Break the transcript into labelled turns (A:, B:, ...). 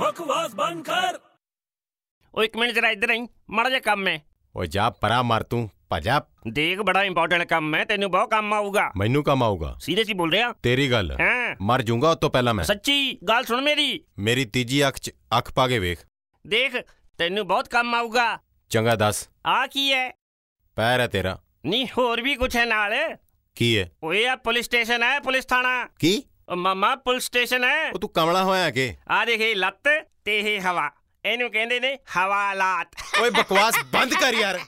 A: ਬਕਵਾਸ ਬੰਦ ਕਰ
B: ਉਹ ਇੱਕ ਮਿੰਟ ਜਰਾ ਇੱਧਰ ਆਈ ਮਾੜਾ ਜਿਹਾ ਕੰਮ ਹੈ
C: ਓਏ ਜਾ ਪਰਾ ਮਾਰ ਤੂੰ ਭਜਾ
B: ਦੇਖ ਬੜਾ ਇੰਪੋਰਟੈਂਟ ਕੰਮ ਹੈ ਤੈਨੂੰ ਬਹੁਤ ਕੰਮ ਆਊਗਾ
C: ਮੈਨੂੰ ਕੰਮ ਆਊਗਾ
B: ਸੀਰੀਅਸਲੀ ਬੋਲ ਰਿਹਾ
C: ਤੇਰੀ ਗੱਲ
B: ਹਾਂ
C: ਮਰ ਜਾਊਂਗਾ ਉਸ ਤੋਂ ਪਹਿਲਾਂ ਮੈਂ
B: ਸੱਚੀ ਗੱਲ ਸੁਣ ਮੇਰੀ
C: ਮੇਰੀ ਤੀਜੀ ਅੱਖ 'ਚ ਅੱਖ ਪਾ ਕੇ ਵੇਖ
B: ਦੇਖ ਤੈਨੂੰ ਬਹੁਤ ਕੰਮ ਆਊਗਾ
C: ਚੰਗਾ ਦੱਸ
B: ਆ ਕੀ ਹੈ
C: ਪੈਰ ਹੈ ਤੇਰਾ
B: ਨਹੀਂ ਹੋਰ ਵੀ ਕੁਝ ਹੈ ਨਾਲ
C: ਕੀ ਹੈ
B: ਓਏ ਆ ਪੁਲਿਸ ਸਟੇਸ਼ਨ ਹੈ ਪੁਲਿਸ ਥਾਣਾ
C: ਕੀ
B: ਓ ਮਾਮਾ ਪੁਲਿਸ ਸਟੇਸ਼ਨ ਹੈ
C: ਉਹ ਤੂੰ ਕਮਲਾ ਹੋਇਆ ਕਿ
B: ਆ ਦੇਖ ਇਹ ਲੱਤ ਤੇ ਇਹ ਹਵਾ ਇਹਨੂੰ ਕਹਿੰਦੇ ਨੇ ਹਵਾਲਾਤ
C: ਓਏ ਬਕਵਾਸ ਬੰਦ ਕਰ ਯਾਰ